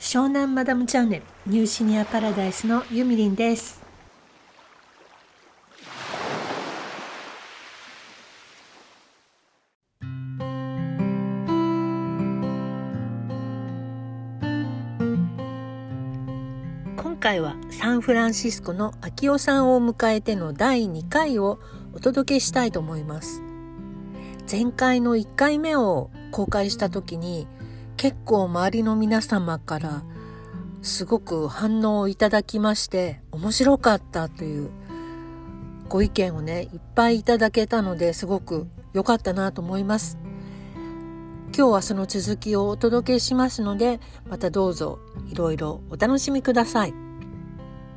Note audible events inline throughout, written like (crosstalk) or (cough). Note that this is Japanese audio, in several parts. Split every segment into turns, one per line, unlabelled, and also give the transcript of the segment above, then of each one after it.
湘南マダムチャンネルニューシニアパラダイスのゆみりんです今回はサンフランシスコの秋夫さんを迎えての第2回をお届けしたいと思います前回の1回目を公開した時に結構周りの皆様からすごく反応をいただきまして面白かったというご意見をねいっぱいいただけたのですごく良かったなと思います今日はその続きをお届けしますのでまたどうぞいろいろお楽しみください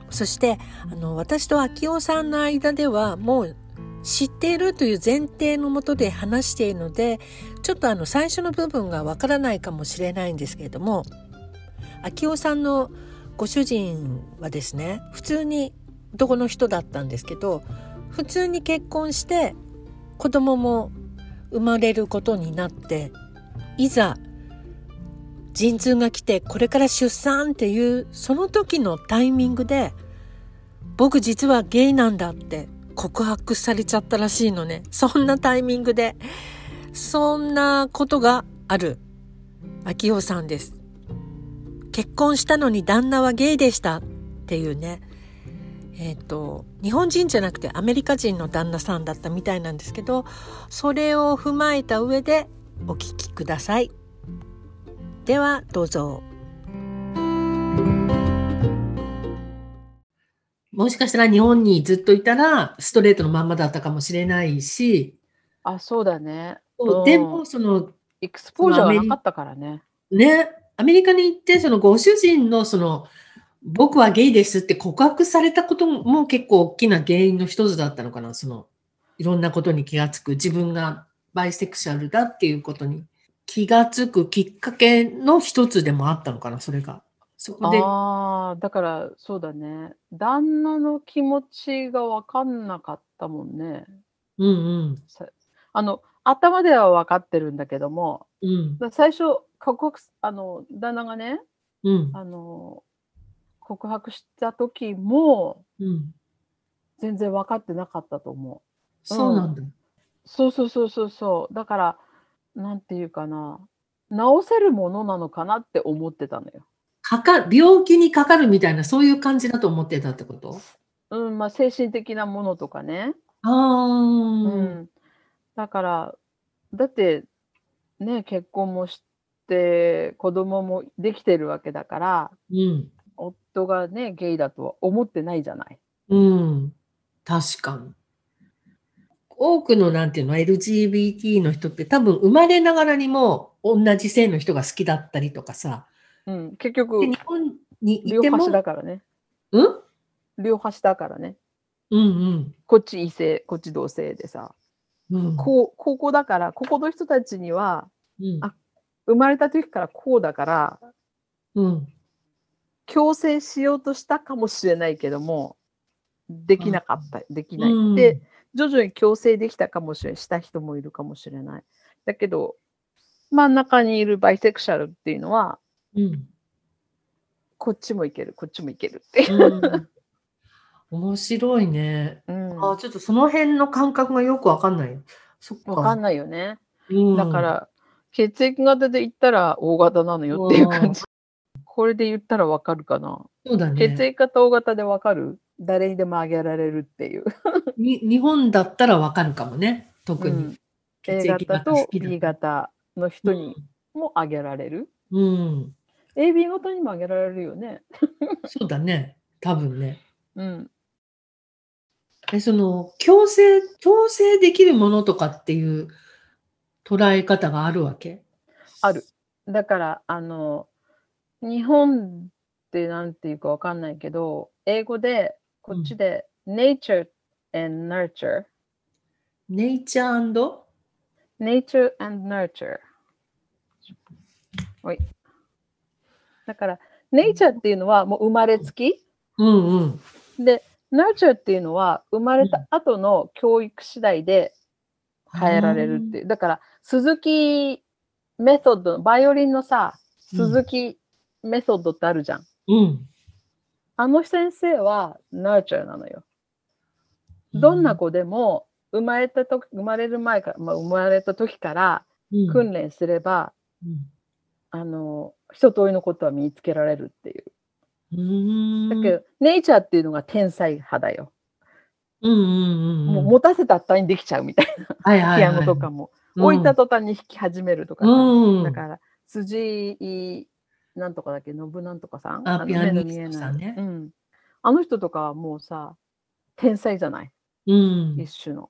そしてあの私と秋夫さんの間ではもう知っているという前提のもとで話しているのでちょっとあの最初の部分がわからないかもしれないんですけれども秋夫さんのご主人はですね普通に男の人だったんですけど普通に結婚して子供も生まれることになっていざ陣痛が来てこれから出産っていうその時のタイミングで僕実はゲイなんだって告白されちゃったらしいのね。そんなタイミングで。そんなことがある、秋夫さんです。結婚したのに旦那はゲイでしたっていうね。えっ、と、日本人じゃなくてアメリカ人の旦那さんだったみたいなんですけど、それを踏まえた上でお聞きください。では、どうぞ。もしかしたら日本にずっといたらストレートのまんまだったかもしれないし、
あ、そうだね。
そう
うん
でもその
エクスポージャーはなかったからね。
ね、アメリカに行ってそのご主人のその僕はゲイですって告白されたことも結構大きな原因の一つだったのかな、そのいろんなことに気がつく自分がバイセクシャルだっていうことに気がつくきっかけの一つでもあったのかな、それが。そこで、
ああ、だからそうだね。旦那の気持ちが分かんなかったもんね。
うん
さあの頭では分かってるんだけども、
うんうん
だから最初告白すあの旦那がね
うん
あの告白した時も
うん。
全然分かってなかったと思う。
そうなんだ。
そうそうそうそうそう。だから、なんていうかな。治せるものなのかなって思ってたのよ。
かか病気にかかるみたいなそういう感じだと思ってたってこと
うん、まあ精神的なものとかね。
ああ、
う
うん、
ん。だから、だって、ね、結婚もして、子供もできてるわけだから、
うん、
夫がね、ゲイだとは思ってないじゃない。
確かに。多くのなんていうの LGBT の人って多分生まれながらにも同じ性の人が好きだったりとかさ、
うん。結局
で、日本にい
両
ても、
端
うん
だからね。
うん
両端だからね。
うん
こっち異性、こっち同性でさ。
うん
こう、ここだから、ここの人たちには、
うん
あ生まれた時からこうだから
うん
強制しようとしたかもしれないけどもできなかった、できない、
うん
で徐々に強制できたかもしれないした人もいるかもしれないだけど真ん中にいるバイセクシャルっていうのは
うん
こっちもいけるこっちもいけるっていう、
うん面白いね。
うん、
あーちょっとその辺の感覚がよくわかんないよ。そっか。
わかんないよね、
うん
だから血液型で言ったら O 型なのよっていう感じ、これで言ったらわかるかな、
そうだね。
血液型 O 型でわかる誰にでもあげられるっていう
に日本だったらわかるかもね特
う
に
ん A 型と B 型の人にもあげられる。
うん、うん、
AB 型にもあげられるよね。
そうだね多分ね
うん。
えその強制強制できるものとかっていう捉え方があるわけ
ある。だから、あの、日本ってなんていうかわかんないけど、英語でこっちで nature and nurture。
ネイチャー
nature and nurture。はい。だから、nature っていうのはもう生まれつき。
うんうん
で、nurture っていうのは生まれた後の教育次第で変えられるっていう。だから、鈴木メソッド、バイオリンのさ、
うん
鈴木メソッドってあるじゃん。
うん。
あの先生は nurture なのよ。どんな子でも生まれたとき生まれる前から、まあ、生まれた時から
うん
訓練すれば、あの一通りのことは身につけられるっていう。
うん。
だけど、ネイチャーっていうのが天才派だよ。
うんうんうんうん。
もう持たせたったにできちゃうみたい
はい
な、
はい
ピ
は
ア
い、
ノとかも。置いた途端に弾き始めるとかさ、
うん
だから辻井なんとかだっけ信なんとかさん
あ
の
ピアニ
目の見え
スト
な
さん
い
ね
うん、あの人とかはもうさ天才じゃない
うん。
一種の。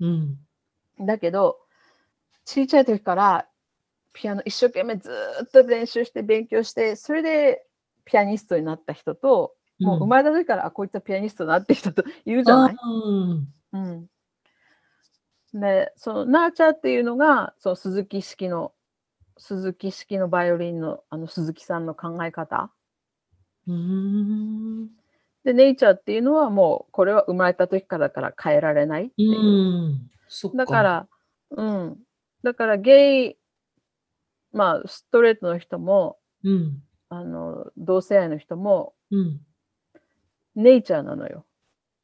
うん。
だけど小さい時からピアノ一生懸命ずーっと練習して勉強してそれでピアニストになった人と、もう生まれた時からあこいつはピアニストだって人といるじゃない
うん。
うん、でそのナーチャーっていうのがその鈴木式の鈴木式のバイオリンのあの鈴木さんの考え方
うん。
でネイチャーっていうのはもうこれは生まれた時からだから変えられないって
う
いう、
ん。そっか。
だか、らうんだからゲイまあストレートの人も
うん。
あの同性愛の人も
うん。
ネイチャーなのよ、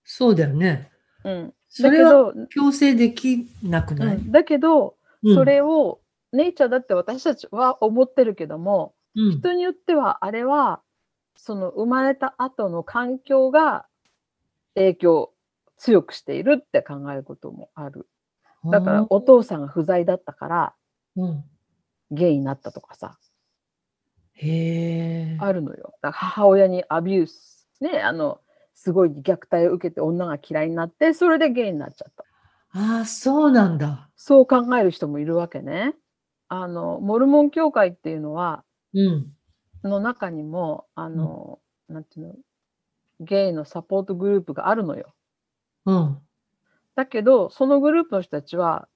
そうだよね。
うん、
そ
だけ
れは
ど、
強制できなく
う
ない、
ん、だけど
うん
そ、れをネイチャーだって私たちは思ってるけども、
うん、
人によってはあれはその生まれた後の環境が影響を強くしているって考えることもあるだからお父さんが不在だったから
うん、
ゲイになったとかさ
へえ。
あるのよだから母親にアビュースねあのすごい虐待を受けて女が嫌いになってそれでゲイになっちゃった
ああ、そうなんだ。
そう考える人もいるわけねあのモルモン教会っていうのは
うん。
の中にもあの、なんていうのゲイのサポートグループがあるのよ
うん。
だけど、そのグループの人たちは、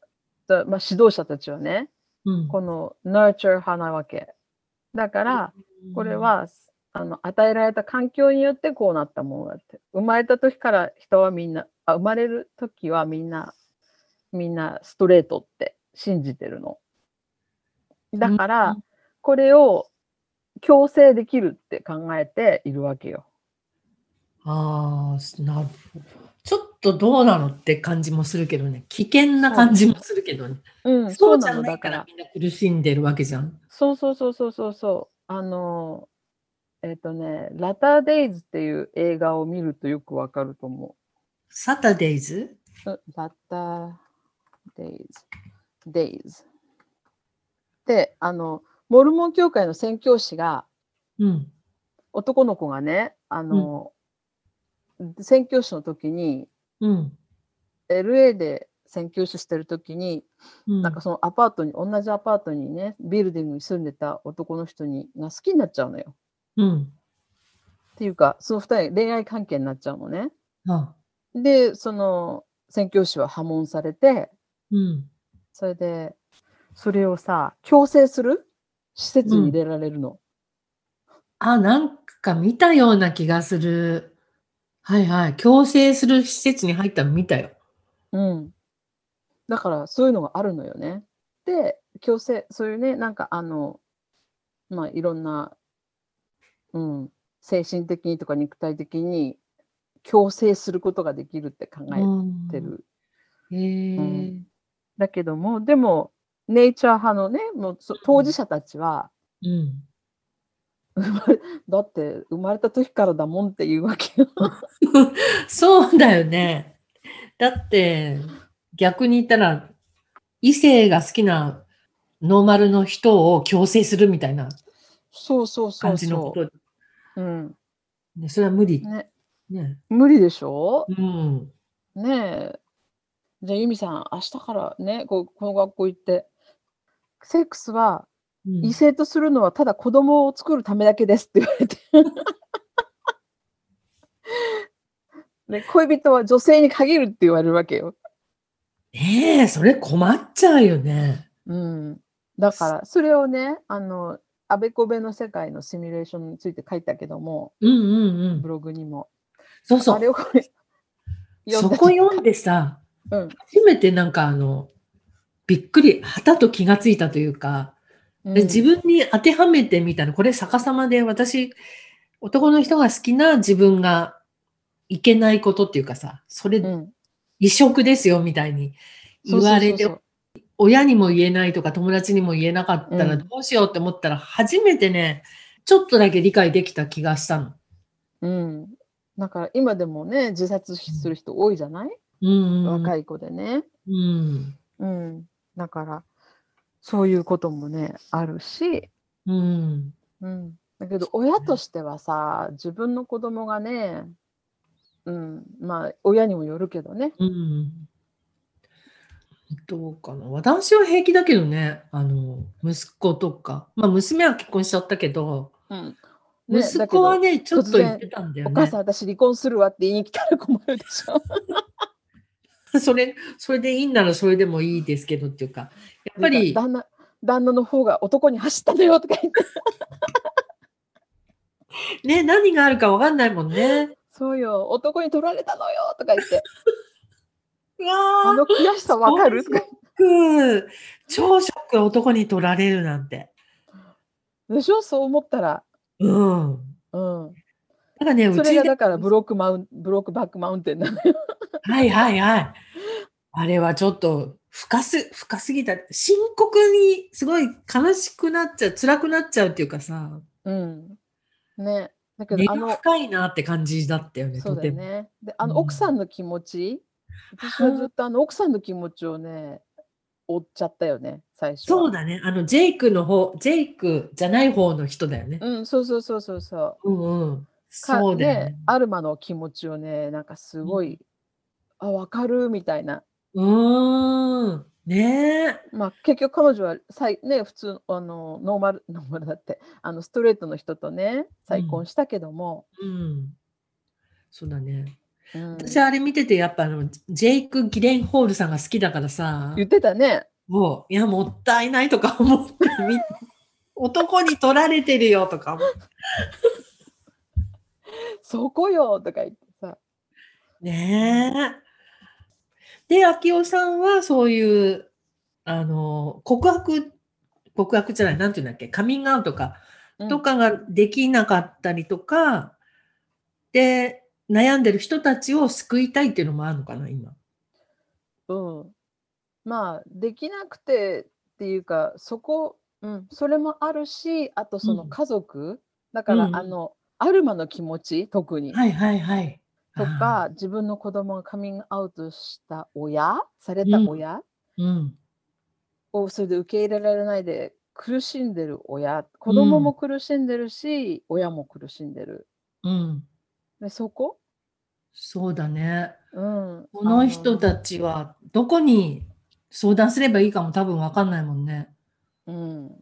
だまあ、指導者たちはね、
うん。
この nurture 派なわけ。だから、これ、は、あの与えられた環境によってこうなったものだって。生まれた時から人はみんな、あ生まれる時はみんな、みんなストレートって信じてるの。だから、
うん
これを強制できるって考えているわけよ。
ああ、なるほど。ちょっとどうなのって感じもするけどね。危険な感じもするけどね。
うん、
そうじ
な
ゃ
の
な
だ
いか
から
ら。みんな苦しんでるわけじゃん。
そうそうそうそうそうそう。あの、えっ、とね、ラターデイズっていう映画を見るとよくわかると思
サタデイズ
う。うラターデイズ。デイズ。で、あの、モルモン教会の宣教師が、
うん。
男の子がね、あの、宣教師の時に、
うん。
LA で宣教師してる時に、
うん。
なんかそのアパートに、同じアパートにね、ビルディングに住んでた男の人にが好きになっちゃうのよ。
うん。
っていうか、その二人、恋愛関係になっちゃうのね。
あ
で、その宣教師は破門されて、
うん。
それで、それをさ、強制する施設に入れられるの。
あ、なんか見たような気がする。はいはい。強制する施設に入ったの見たよ。
うん。だから、そういうのがあるのよね。で、強制、そういうね、なんかあの、まあ、いろんな、うん、精神的にとか肉体的に強制することができるって考えてる。
うん。へえ。
うんだけども、でも、ネイチャー派のね、もうそ当事者たちは、
うん。
だって生まれた時からだもんっていうわけよ。
そうだよね。だって、逆に言ったら、異性が好きなノーマルの人を強制するみたいな
そうそうそ
感
う
じのこ
そ
と。
う。うん。
ね、それは無理。
ね、
ね。
無理でしょ
うん。
ねえ。じゃあ、ゆみさん、明日からね、こうこの学校行って、セックスは
うん
異性とするのはただ子供を作るためだけですって言われて。 (laughs) ね、恋人は女性に限るって言われるわけよ。
ねえ、それ困っちゃうよね。
うん、だからそれをねあのあべこべの世界のシミュレーションについて書いたけども
うんうんう
ブ
ん。
ログにも
そうそ
あれ
う。
をこれ
そ
で
こ読んでさ、
うん
初めてなんかあの、びっくり、はたと気がついたというか、
うん
で自分に当てはめてみたの。これ逆さまで私、男の人が好きな自分がいけないことっていうかさ、それ
うん
異色ですよみたいに言
そうそうそうそう
われて、親にも言えないとか友達にも言えなかった
う
ら
ん
どうしようって思ったら、初めてね、ちょっとだけ理解できた気がしたの。
うん。だから今でもね、自殺する人多いじゃない、
うん。
若い子でね。
うん。
うん。だから、そういうこともね、あるし、
うん。
うん。だけど、親としてはさ、自分の子供がね、うん、まあ、親にもよるけどね。
うん。どうかな。私は平気だけどね、あの、息子とか。まあ、娘は結婚しちゃったけど、
うん。ね
息子はね、ちょっ
突
と
然
言ってたんだよ
お
ね。
母さん、私離婚するわって言いに来たら困るでしょ。
それ、それでいいならそれでもいいですけどっていうか、やっぱり、
旦那、旦那の方が男に走ったのよとか言って。
ね、何があるかわかんないもんね。
そうよ、男に取られたのよと
(laughs)
か言って。
う
あ
わ
の
ー、
悔しさわかる
そ
と
う
か
ショック。超ショック、男に取られるなんて。
でしょそう思ったら。
うん。
うん。
だからね、う
そ
ち
れ
で
がだからブロックマウン、ブロックバックマウンテンな (laughs) のよ。
はいはいはい。あれはちょっと深す、深すぎた。深刻にすごい悲しくなっちゃう、辛くなっちゃうっていうかさ、
うん。ね。だけど
根、
あ
が
の、
深いなって感じだったよね、
そ
と
うだ
て
よ
も。
ね。で、あ
うん
の奥さんの気持ち、私はずっ
(laughs)
とあの奥さんの気持ちをね、追っちゃったよね、最初は。
そうだね。あの、ジェイクの方、ジェイクじゃない方の人だよね。
うん、そうそうそうそうそう。
うんうん。
か
そうだよね
ね。アルマの気持ちをね、なんかすごい、あ、わかるみたいな。
うーん。ねえ。
まあ、結局彼女はさい、ね、普通あのノーマルノ (laughs) ーマルだってあのストレートの人とね再婚したけども、
うん。そうだね。
うん
私あれ見てて、やっぱあの、ジェイク・ギレンホールさんが好きだからさ。
言ってたね
もう、いや、もったいないとか思って、み (laughs) 男に取られてるよとか思って。
「そこよ」とか言ってさ、
ねえ。で、秋夫さんはそういう、あの、告白、告白じゃない、なんていうんだっけ、カミングアウトか、
うん
とかができなかったりとか、で、悩んでる人たちを救いたいっていうのもあるのかな、今。
うん、まあできなくてっていうかそこ、うん、それもあるしあとそうの
ん
家族、だから、
うんうん
あのアルマの気持ち特に、
はいはいはい。
と
あー、
か自分の子供がカミングアウトした親された
うん
親、
うん。
をそれで受け入れられないで苦しんでる親子供も苦しんでるし、親も苦しんでる
うん。
でそこ、
そうだね。
うん、
この人
あ
たちはどこに相談すればいいかも多分わかんないもんね。
のうん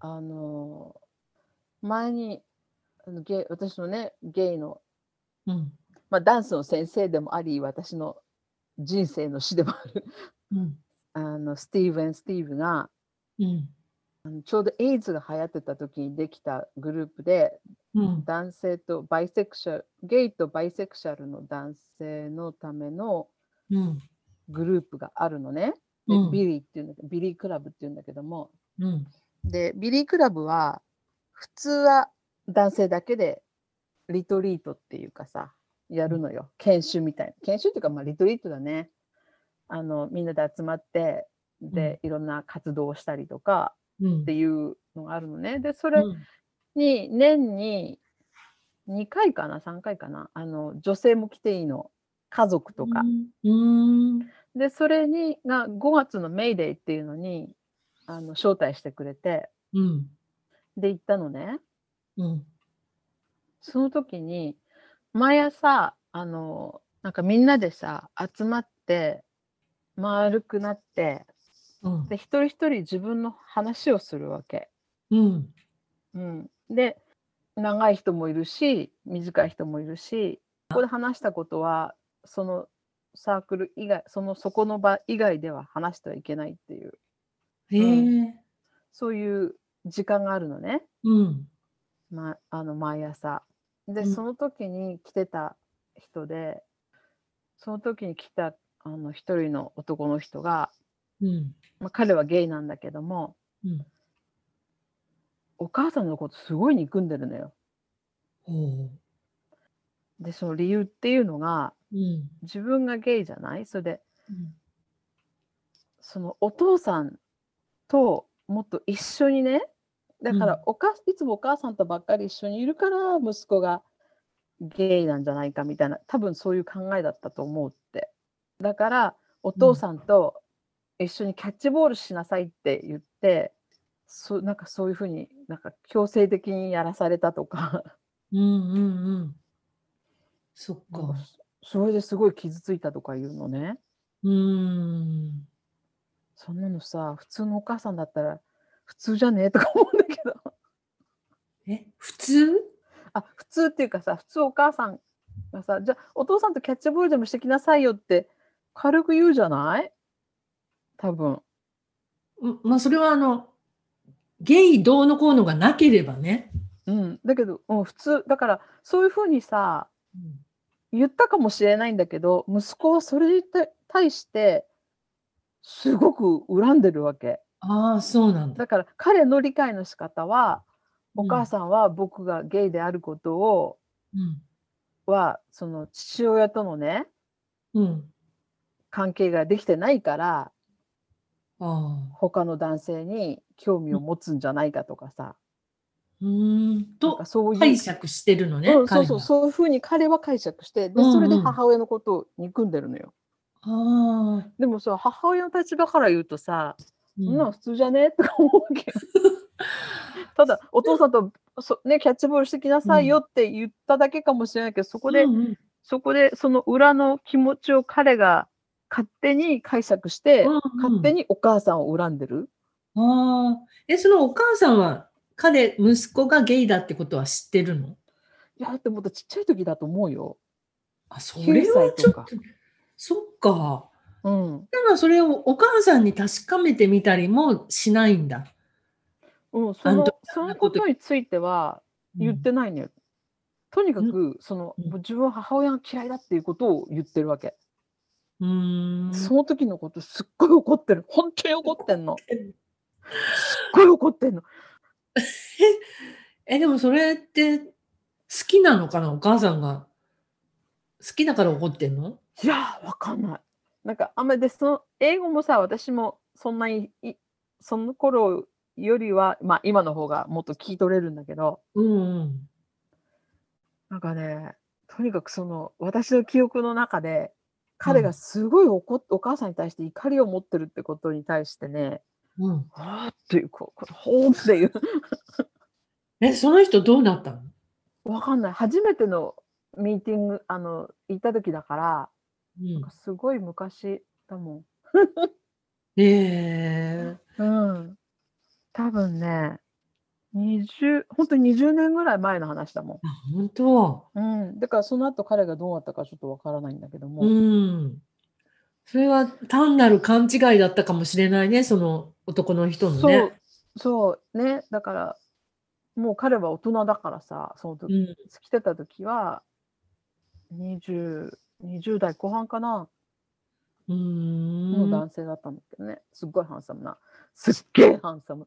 あの前にあのゲイ私のねゲイの、
うん。
まあ、ダンスの先生でもあり私の人生の師でもある (laughs)
うん。
あのスティーブン・スティーブが
うん。
あのちょうどエイズが流行ってた時にできたグループで
うん。
男性とバイセクシャル、ゲイとバイセクシャルの男性のための
うん。
グループがあるのね。で
うん
ビリーっていうんだけど、ビリークラブっていうんだけども。
うん。
で、ビリークラブは、普通は男性だけでリトリートっていうかさ、やるのよ。研修みたいな。研修っていうか、まあ、リトリートだね。あの、みんなで集まって、で、いろんな活動をしたりとか
うん
っていうのがあるのね。で、それに年に2回かな3回かなあの女性も来ていいの家族とか、。
うん。
でそれにが5月のメイデーっていうのにあの招待してくれて
うん。
で行ったのね
うん。
その時に毎朝あのなんかみんなでさ集まって丸くなって
うん
で一人一人自分の話をするわけ。
うん。
うん、で長い人もいるし短い人もいるしここで話したことはそのサークル以外そのそこの場以外では話してはいけないっていう
へえ。
そういう時間があるのね、
うん。
ま、あの毎朝。で、
うん
その時に来てた人でその時に来たあの一人の男の人が、
うん。
まあ、彼はゲイなんだけども、
うん
お母さんのことすごい憎んでるのよ。
おう
でその理由っていうのが
うん
自分がゲイじゃないそれで
うん
そのお父さんともっと一緒にねだか
うん
らおか、いつもお母さんとばっかり一緒にいるから息子がゲイなんじゃないかみたいな多分そういう考えだったと思うってだからお父さんと一緒にキャッチボールしなさいって言って、そうなんかそういうふうになんか強制的にやらされたとか
うんうんうんそっ
なん
か
かそれですごい傷ついたとか言うのね
うーん
そんなのさ普通のお母さんだったら普通じゃねえとか思うんだけど。
え普通
あ普通っていうかさ普通お母さんがさじゃあお父さんとキャッチボールでもしてきなさいよって軽く言うじゃない多分
うんまあそれはあのゲイどうのこうのがなければね、
うんだけど、うん、普通だからそういうふうにさ
うん
言ったかもしれないんだけど息子はそれに対対してすごく恨んでるわけ
ああそうなんだ
だから彼の理解の仕方は
うん
お母さんは僕がゲイであることを、
うん
はその父親とのね
うん
関係ができてないから
ああ
他の男性に興味を持つんじゃないかとかさ、
うーん
なん
と
かそういう、
解釈してるのね、
うん、そう
彼
そう
は
そういうふうに彼は解釈してで
うんうん
それで母親のことを憎んでるのよ、
ああ、
でもさ母親の立場から言うとさ、
う
そんなの普通じゃねとか思うわけ
(laughs)
ただお父さんとそ、ね、キャッチボールしてきなさいよって言っただけかもしれないけどそこで、
うんうん
そこでその裏の気持ちを彼が勝手に解釈して、
うんうん
勝手にお母さんを恨んでる
ああ、え、そのお母さんは、彼、息子がゲイだってことは知ってるの
いやだってもっとちっちゃい時だと思うよ。
あ、それはちょっ
9
と、そっか。
うん、
だからそれをお母さんに確かめてみたりもしないんだ。
うん、そ
あの
の
時
そ
あんな
の
こ
こととについては言ってないのよ。とにかく、その、
うん
自分は母親が嫌いだっていうことを言ってるわけ。
うーん。
その時のことすっごい怒ってる。本当に怒ってんの。すっごい怒ってんの。
え、でもそれって、好きなのかなお母さんが。好きだから怒ってんの
いやー、わかんない。なんか、あんまりで、その、英語もさ、私もそんなに、いその頃よりは、まあ、今の方がもっと聞い取れるんだけど、
うんうん。
なんかね、とにかくその私の記憶の中で、彼
うん
がすごい怒っお母さんに対して怒りを持ってるってことに対してね、
うん。
あーっていう、こう、こうほーっていう、
え、その人どうなったの
わかんない。初めてのミーティング、あの、行った時だから、
うん。
すごい昔だも
え
ん。うん。多分ね、20、本当に20年ぐらい前の話だも
ー、あ本当。
ん。うん。だからその後彼がどうなったかちょっとわからないんだけども。
うん。それは単なる勘違いだったかもしれないね、その男の人の
そう
ね。
そうねだからもう彼は大人だからさその時、
うん
付きてた時は 20, 20代後半かな
うー
の
ん。
男性だったんだけどね、すっごいハンサムなすっげえハンサム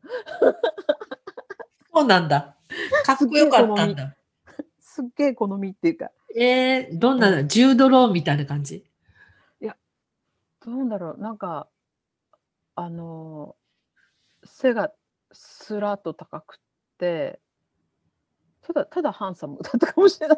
そうなんだ。かっこよかったん (laughs) だ。
すっげえ好みっていうか
えー、どんな、10ドローみたいな感じ。
どうなんだろうなんかあのー背がすらっと高くってただただハンサムだったかもしれない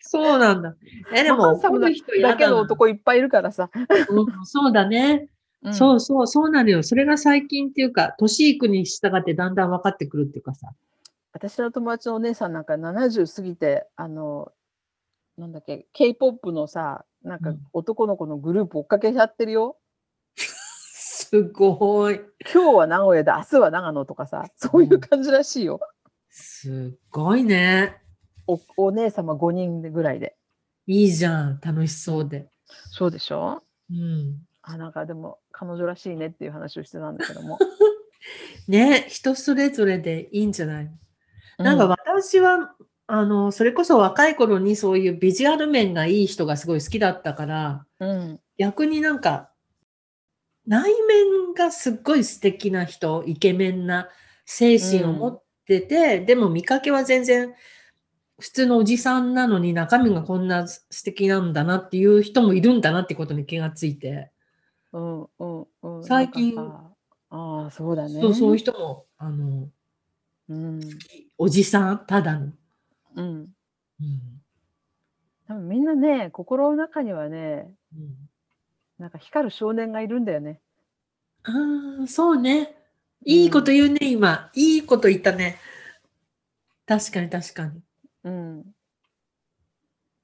そうなんだ。え、でも、
ハンサム
怒
な
る人嫌
だけの男いっぱいいるからさ、
うんそうだね。そううそう、そうなのよ。それが最近っていうか、年いくに従ってだんだん分かってくるっていうかさ。
私の友達のお姉さんなんか70過ぎてあのなんだっけ K-POP のさなん
う
か
ん
男の子のグループ追っかけちゃってるよ、
すごい。
今日は名古屋で明日は長野とかさそういう感じらしいよ、
すごいね。
おお姉様5人ぐらいで
いいじゃん。楽しそうで。
そうでしょ
うん。
あなんかでも彼女らしいねっていう話をしてたんだけども
ね、人それぞれでいいんじゃない (laughs) なんか
う
私は、あの、それこそ若い頃にそういうビジュアル面がいい人がすごい好きだったから、
うん
逆になんか、内面がすっごい素敵な人、イケメンな精神を持ってて、でも見かけは全然普通のおじさんなのに中身がこんな素敵なんだなっていう人もいるんだなってことに気がついて、
うんうんうん、
最近
なんかさああそうだね
そうそういう人もあの
うん
おじさんただの、
うん、
うん
多分みんなね心の中にはね
うん
なんか光る少年がいるんだよね
ああ、そうね。いいこと言うね、今。いいこと言ったね。確かに確かに。
うん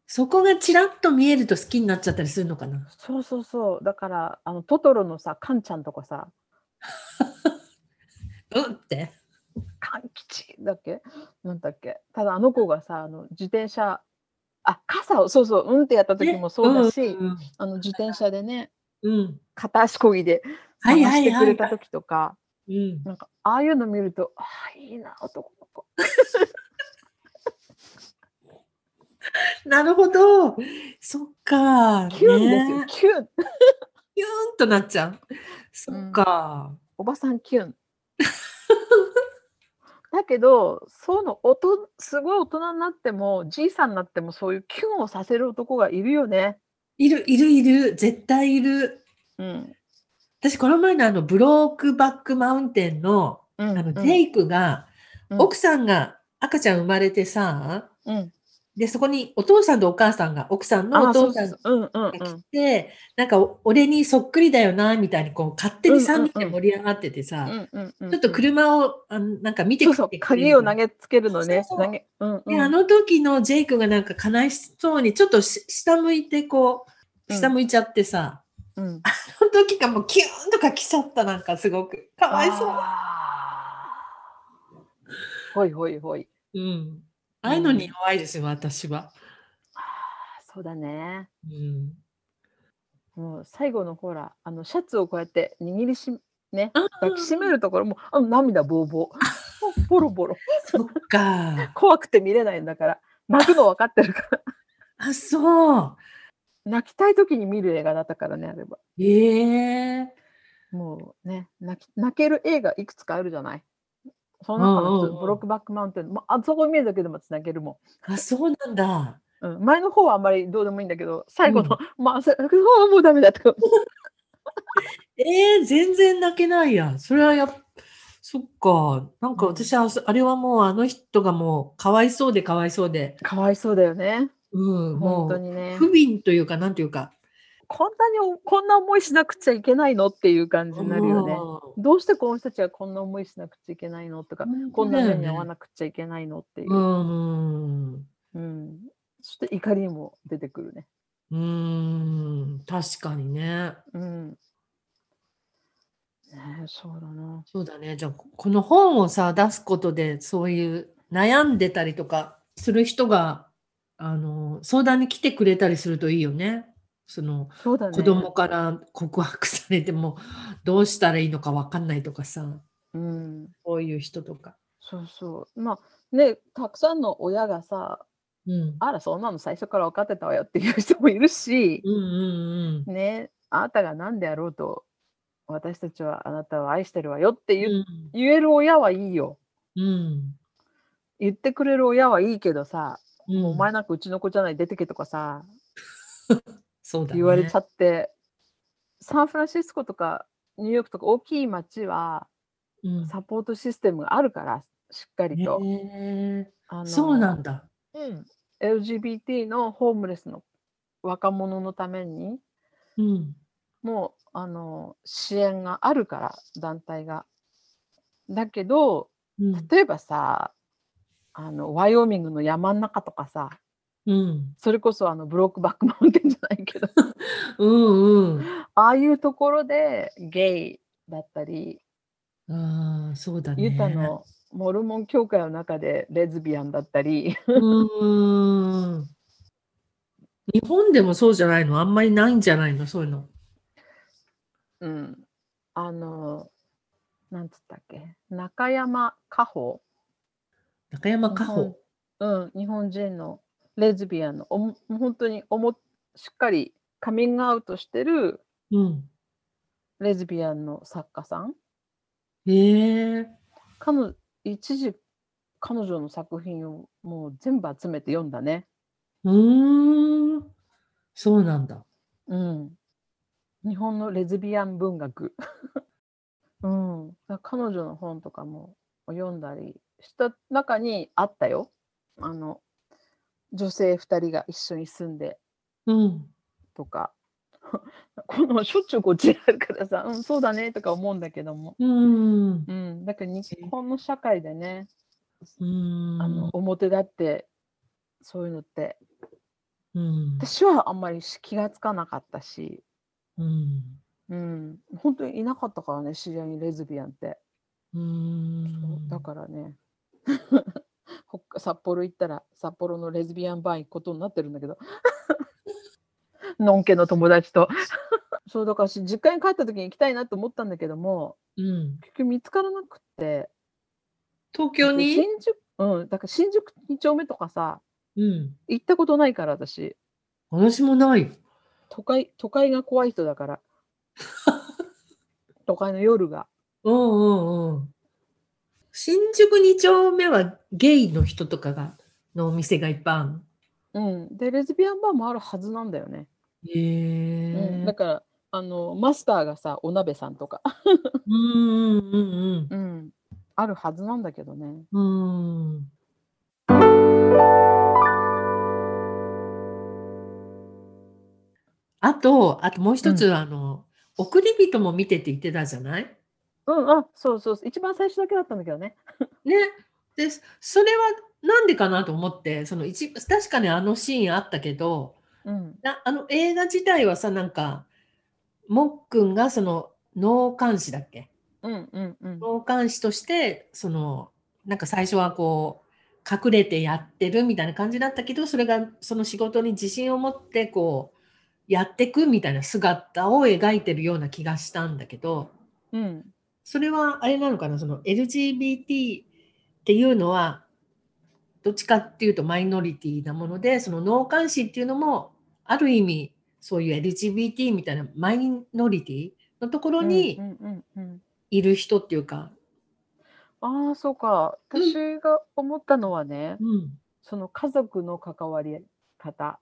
そこがちらっと見えると好きになっちゃったりするのかな。
そうそうそうだからあのトトロのさカンちゃんとかさ
うんって。
カン吉だっけなんだっけただあの子がさあの自転車あ傘をそうそううんってやった時
ね
もそうだし、
うんうん
あの自転車でね
うん。うん
片足こぎで
は
回
いは
し
い
て
は
く
い
れ。た時とか、
うん、
なんかああいうの見るとああいいな男の子
なるほど。そっか。
キュンですよ、
ね
キュン
キュンとなっちゃう。そっか。
おばさんキ
(laughs)
ュンだけどその音すごい大人になってもじいさんになってもそういうキュンをさせる男がいるよね
いるいるいる。絶対いる。
うん
私、この前のあの、ブロークバックマウンテンの、
う
あ
ん
の、テイクが、
うん
奥さんが赤ちゃん生まれてさ、
うん
で、そこにお父さんとお母さんが、奥さんの
あ
お
あ
父
そう
さ
そうんそ
が
ううんうんう
来
ん
て、なんかお俺にそっくりだよな、みたいにこう、勝手に3人
うんうん
で
うん
盛り上がっててさ、
うんうんうん
ちょっと車をあのなんか見て
そうそう
てくれる
鍵を投げつけるのね
そうそう
投げうんうん
で、あの時のジェイクがなんか悲しそうに、ちょっとし下向いてこう、
うん
下向いちゃってさ、
うん
その時がもうキューンとか来ちゃった、なんかすごく。かわいそう。
あーほいほいほい
うん。ああいうのに弱いですよ、私は。
あそうだね
うん。
もう最後のほらあのシャツをこうやって握りしね
あー
抱きしめるところもあ涙ぼうぼうボロボロ
そっか。
怖くて見れないんだから泣くの分かってるから
あ、そう。
泣きたい時に見る映画だったからねあれば
ええ
もうね泣き泣ける映画いくつかあるじゃないその中の
うん
一
うんう
つ
ん
ブロックバックマウンテンもうあそこ見るだけでもつなげるも
あ、そうなんだ。
ん、うん、前の方はあんまりどうでもいいんだけど最後の、まあそもうダメだとか (laughs)
ええ全然泣けないやん。それはやっそっか。なんか私は、あれはもうあの人がもうかわいそうでかわいそうで。
かわいそうだよね
うん、も
本当
う
にね
不憫というか、なんというか。
こんなにおこんな思いしなくちゃいけないのっていう感じになるよね。
う
どうしてこの人たちはこんな思いしなくちゃいけないのとか、
ん
こんな目に遭わ
本
なくちゃいけないのってい
当だ
う、
よねうん。
うん、そして怒りも出てくるね。
うん、うん確かにね。
うん、ねえそうだな。
そうだね。じゃあ、ここの本をさ、出すことで、そういう悩んでたりとかする人が、あの、相談に来てくれたりするといいよね。その、
そうだね。
子供から告白されても、どうしたらいいのかわかんないとかさ、
うん、
こういう人とか。
そうそう。まあねたくさんの親がさ
うん。
あらそんなの最初から分かってたわよっていう人もいるし
う、んうん
ねあなたが何であろうと私たちはあなたを愛してるわよって
うん。
いう
うん
言える親はいいよ。
うん。
言ってくれる親はいいけどさ、
うん。
もうお前なんかうちの子じゃない出てけとかさ、
そうだね。
言われちゃって、サンフランシスコとかニューヨークとか大きい町は
うん
サポートシステムがあるから、しっかりと。
へえ
あの
そうなんだ。
うん、LGBT のホームレスの若者のために、
うん。
もうあの支援があるから、団体が。だけど、
うん。
例えばさ、あのワイオミングの山の中とかさ、
うん。
それこそあのブロックバックマウンテンじゃないけ (laughs) ど
うんうん。
ああいうところでゲイだったり、
ああ、そうだね。
ユタのモルモン教会の中でレズビアンだったり
うーん日本でもそうじゃないのあんまりないんじゃないのそういうの。
うんあのなんつったっけ中山加穂、
中山加穂。
うん、日本人のレズビアンのおも本当におもしっかりカミングアウトしてる
うん。
レズビアンの作家さん
へえ
彼女一時彼女の作品をもう全部集めて読んだね。
うーん。そうなんだ。
うん。日本のレズビアン文学。うん。だから彼女の本とかも読んだりした中にあったよ。あの、女性2人が一緒に住んで
うん。
とか。 (laughs) このしょっちゅうこっちにあるからさ、うん、そうだねとか思うんだけども。
うん。
うん。だから日本の社会でね、
うん。
あの、表立って、そういうのって、
うん。
私はあんまりし気がつかなかったし。
うん。
うん、本当にいなかったからね、知り合いにレズビアンって。
う。
そうんだからね、 (laughs) ほっ札幌行ったら、札幌のレズビアンバー行くことになってるんだけど、 (laughs) のんけの友達と。 (laughs) そう、だからし実家に帰った時に行きたいなと思ったんだけども、
うん。
結局見つからなくって、
東京に
新宿、うん、だから新宿2丁目とかさ、
うん。
行ったことないから私、
私もない。
都会、都会が怖い人だ (laughs) から。都会の夜が。
うんうんうん。新宿2丁目はゲイの人とかがのお店がいっぱいあるの。
うん。で、レズビアンバーもあるはずなんだよね。
へえ
うん、だからあのマスターがさお鍋さんとか、
うんうん
うん、あるはずなんだけどね
うんうん。あと、あともう一つ、あの、送り人も見てって言ってたじゃない
うんあそうそうそう一番最初だけだったんだけどね
ね。で、それはなんでかなと思って、その一、確かにあのシーンあったけど、
うん
なあの映画自体はさなんかもっくんがその脳幹視だっけ
うんうんうん
脳幹視としてそのなんか最初はこう隠れてやってるみたいな感じだったけどそれがその仕事に自信を持ってこうやってくみたいな姿を描いてるような気がしたんだけど
うん
それはあれなのかなその LGBT っていうのはどっちかっていうとマイノリティなものでその脳幹視っていうのもある意味そういう LGBT みたいなマイノリティのところに
うんうんうん
いる人っていうか、
うん、ああそうか
うん
私が思ったのはね、
うん
その家族の関わり方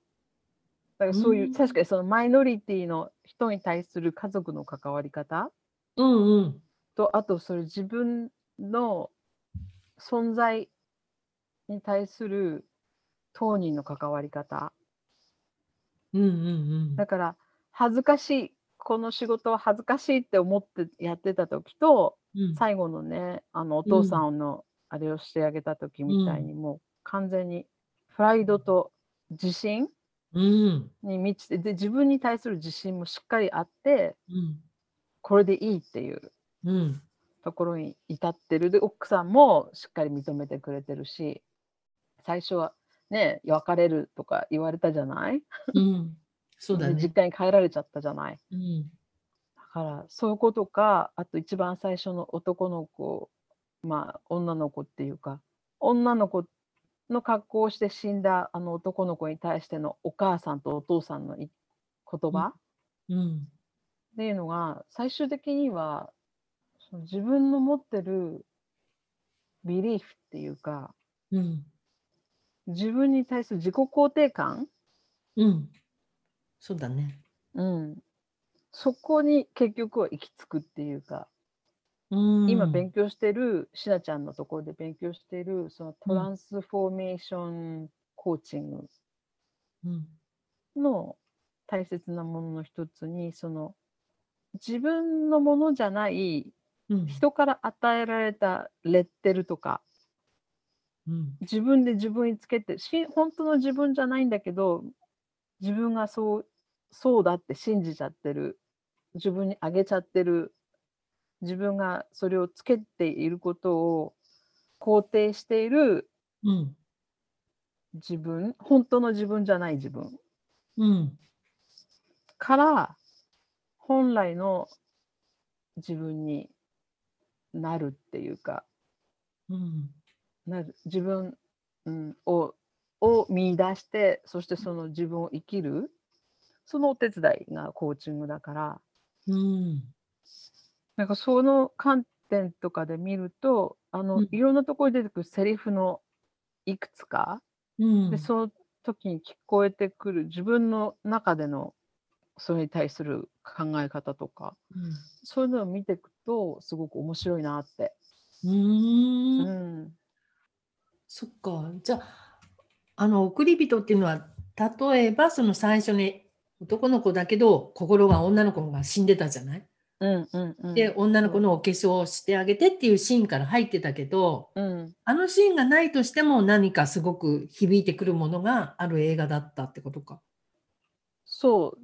だからそういう、
うん
確かにそのマイノリティの人に対する家族の関わり方
うんうん
とあとそれ自分の存在に対する当人の関わり方
うんうん
だから恥ずかしいこの仕事は恥ずかしいって思ってやってた時と
うん
最後のねあのお父さんのあれをしてあげた時みたいにもう完全にプライドと自信
うん
に満ちてで自分に対する自信もしっかりあって
うん
これでいいっていう
うん
ところに至ってるで奥さんもしっかり認めてくれてるし最初はね別れるとか言われたじゃない
うんそうだ
で
ね。
実家に帰られちゃったじゃない
うん
だからそういうことかあと一番最初の男の子まあ女の子っていうか女の子の格好をして死んだあの男の子に対してのお母さんとお父さんのい言葉、
うん
っていうのが最終的にはその自分の持ってるビリーフっていうか
うん
自分に対する自己肯定感、
うんそうだね。
うん、そこに結局は行き着くっていうか、今
今
勉強してるしなちゃんのところで勉強してるそのトランスフォーメーションコーチング
うん
の大切なものの一つにその自分のものじゃない
うん
人から与えられたレッテルとか
うん
自分で自分につけてし本当の自分じゃないんだけど自分がそうそうだって信じちゃってる自分にあげちゃってる自分がそれをつけていることを肯定している
うん
自分本当の自分じゃない自分
うん
から本来の自分になるっていうか
うん
なる自分、うん、をを見出してそしてその自分を生きるそのお手伝いがコーチングだから
うん
なんかその観典とかで見るとあの、
うん
いろんなところに出てくるセリフのいくつか、
うん
でその時に聞こえてくる自分の中でのそれに対する考え方とか
うん
そういうのを見ていくとすごく面白いなって。
うー
うんん
そっか。じゃあ、あの、送り人っていうのは、例えば、その最初に男の子だけど、心は女の子が死んでたじゃない、
うんうんうん
で、女の子のお化粧をしてあげてっていうシーンから入ってたけど、
うん
あのシーンがないとしても何かすごく響いてくるものがある映画だったってことか。
そう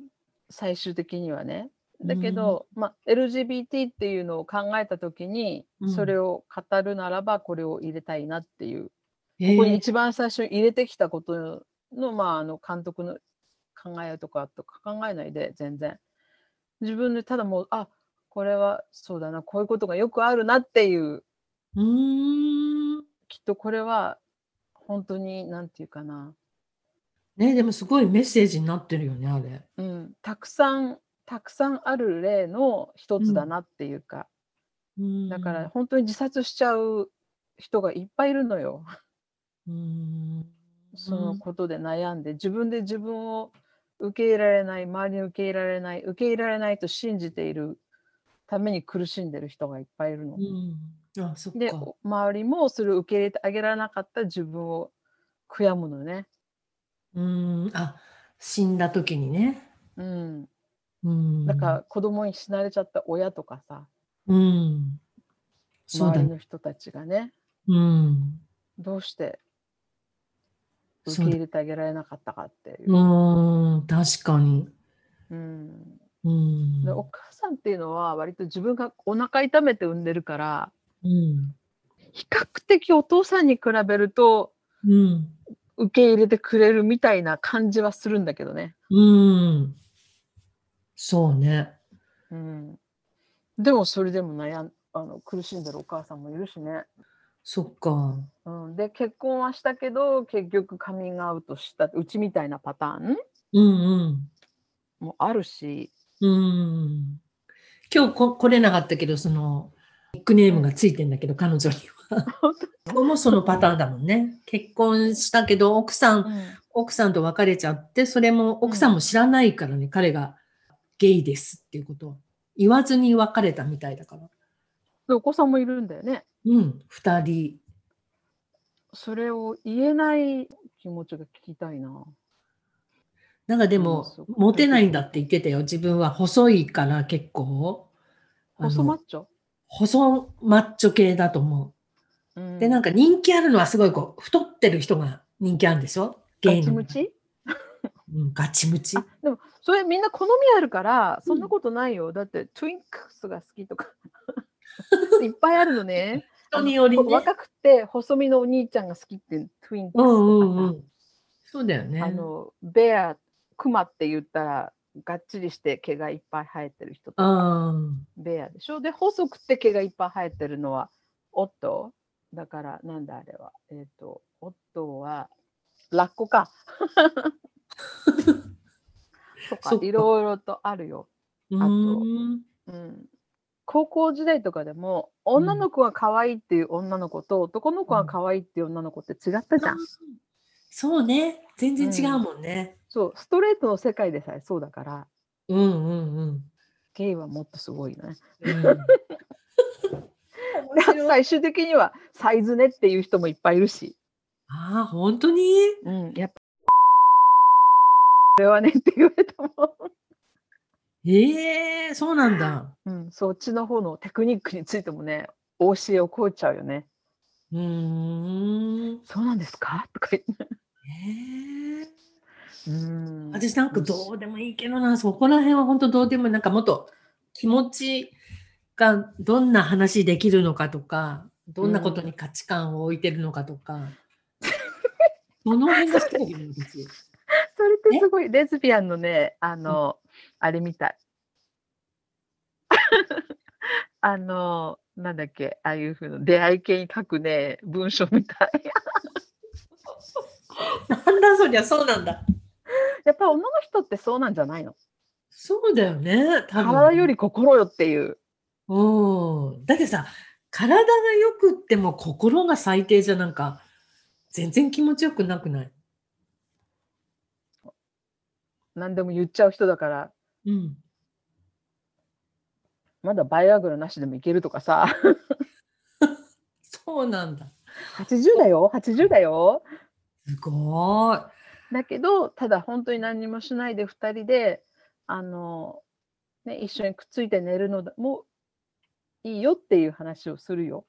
最終的にはね。だけど、まあ、LGBT っていうのを考えた時に、
うん
それを語るならばこれを入れたいなっていう
えー、
ここに一番最初に入れてきたことの,、まあ、あの監督の考えとかとか考えないで全然自分でただもうあこれはそうだなこういうことがよくあるなっていう
うーん。
きっとこれは本当に何て言うかな、
ね、でもすごいメッセージになってるよね、あれ。
うん、たくさんたくさんある例の一つだ
うん
なっていうか、
うん
だから、本当に自殺しちゃう人がいっぱいいるのよ。
うん。
そのことで悩んで自分で自分を受け入れられない周りに受け入れられない受け入れられないと信じているために苦しんでる人がいっぱいいるの
う。ん。あ、そっ
で
か。
お周りもそれを受け入れてあげられなかった自分を悔やむのね。
うーん、あ、死んだ時にね。
うん、
うん。
だから子供に死なれちゃった親とかさ
うん。そう
周
だ
り
ね。
の人たちがね
うん。
どうして受
そ
け
うだ
入れてあげられなかったかっていうう。
ーん、確かに。
うん、
うん。
でお母さんっていうのは割と自分がお腹痛めて産んでるから。
うん。
比較的お父さんに比べると
うん。
受け入れてくれるみたいな感じはするんだけどね。
うん。そうね。
うん、でもそれでも悩んあの苦しんでるお母さんもいるしね。
そっか。
うん、で結婚はしたけど結局カミングアウトしたうちみたいなパターン
うん
もあるし
うん。うん。今日こ来れなかったけど、その、ニックネームがついてんだけど、彼女には。ここもそのパターンだもんね。結婚したけど、奥さん奥さんと別れちゃって、それも奥さんも知らないからね、彼がゲイですっていうことを言わずに別れたみたいだから。
でお子さんもいるんだよね。
うん、二人。
それを言えない気持ちが聞きたいな。
なんかで
うんそ
も
う、
モテないんだって言ってたよ。自分は細いから結構。あの
細マッチョ、
細マッチョ系だと思
うん、
う。で、なん
か
か人気あるのはすごいこう、太ってる人が人気あるんでしょ
ガ
ゲイ
チ
の。
ムチ
うん、ガチムチ。
あでもそれみんな好みあるからそんなことないよ、だってトゥインクスが好きとか (laughs) いっぱいあるのね
人によりね。
若くて細身のお兄ちゃんが好きってトゥイン
う
クスと
ん
かさ、
うんうん。そうだよね。
あのベアクマって言ったらがっちりして毛がいっぱい生えてる人とか
うん。
ベアでしょで細くて毛がいっぱい生えてるのはオットーだからなんだあれはえっ、とオットーはラッコか (laughs) とか
そっか
いろいろとあるよ
う
あと
ん。
うん高校時代とかでも女の子が可愛いっていう女の子と男の子が可愛いっていう女の子って違ったじゃん、
そうね。全然違うもんね。
そうストレートの世界でさえそうだから
うん、うん、うん
ゲイはもっとすごいよね
うん。
(laughs) で最終的にはサイズねっていう人もいっぱいいるし、
ああ、本当に
うん、やっぱこれはねって言われたも
ええそうなんだ。
ん、うん、そっちの方のテクニックについてもねお教えを超えちゃうよね
うーん。
そうなんですかとか言って
ええ
うん
私なんかどうでもいいけどな、そこら辺は本当どうでもいいなんかもっと気持ちがどんな話できるのかとか、どんなことに価値観を置いてるのかとか、その辺が好きだけどね、私。
それってすごいレズビアンのねあの、あれみたい (laughs) あのなんだっけああいう風の出会い系に書くね文章みたい
なんだそりゃ、そうなんだ。
(laughs) やっぱり女の人ってそうなんじゃないの
そうだよね、多分。
体より心よっていう
うん。だってさ、
体が良くっても心が最低じゃなんか全然気持ちよくなくない、
何でも言っちゃう人だから、
うん、
まだバイアグラなしでもいけるとかさ、
そうなんだ
80だよ、80だよ。
すごーい
だけど、ただ本当に何もしないで2人で、あの、ね、一緒にくっついて寝るのだもいいよっていう話をするよ。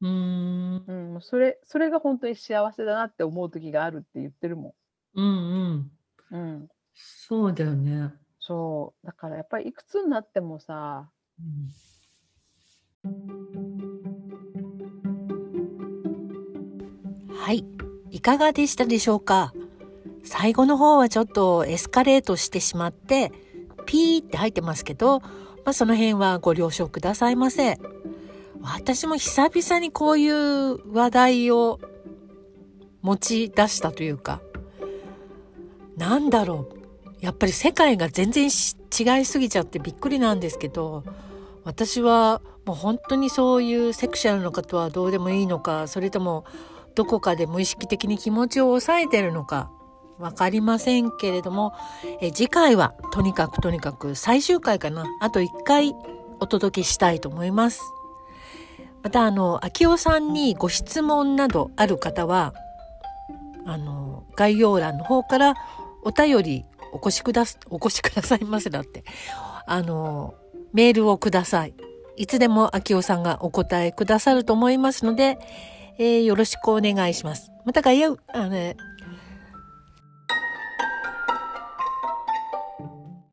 うーん
うん、もうそれ、それが本当に幸せだなって思う時があるって言ってるも
うんうん
ん。うん。
そうだよね、
そう。だからやっぱりいくつになってもさ、
うん
はい。いかがでしたでしょうか最後の方はちょっとエスカレートしてしまって、ピーって入ってますけど、まあその辺はご了承くださいませ。私も久々にこういう話題を持ち出したというか、なんだろう。やっぱり世界が全然し違いすぎちゃってびっくりなんですけど、私はもう本当にそういうセクシャルの方はどうでもいいのか、それともどこかで無意識的に気持ちを抑えてるのかわかりませんけれども、え次回はとにかくとにかく最終回かな。あと1回お届けしたいと思います。またあの、秋尾さんにご質問などある方は、あの、概要欄の方からお便りお越しくだす、お越しくださいませだって。あの、メールをください。いつでも秋尾さんがお答えくださると思いますので、えーよろしくお願いします。また概要あのね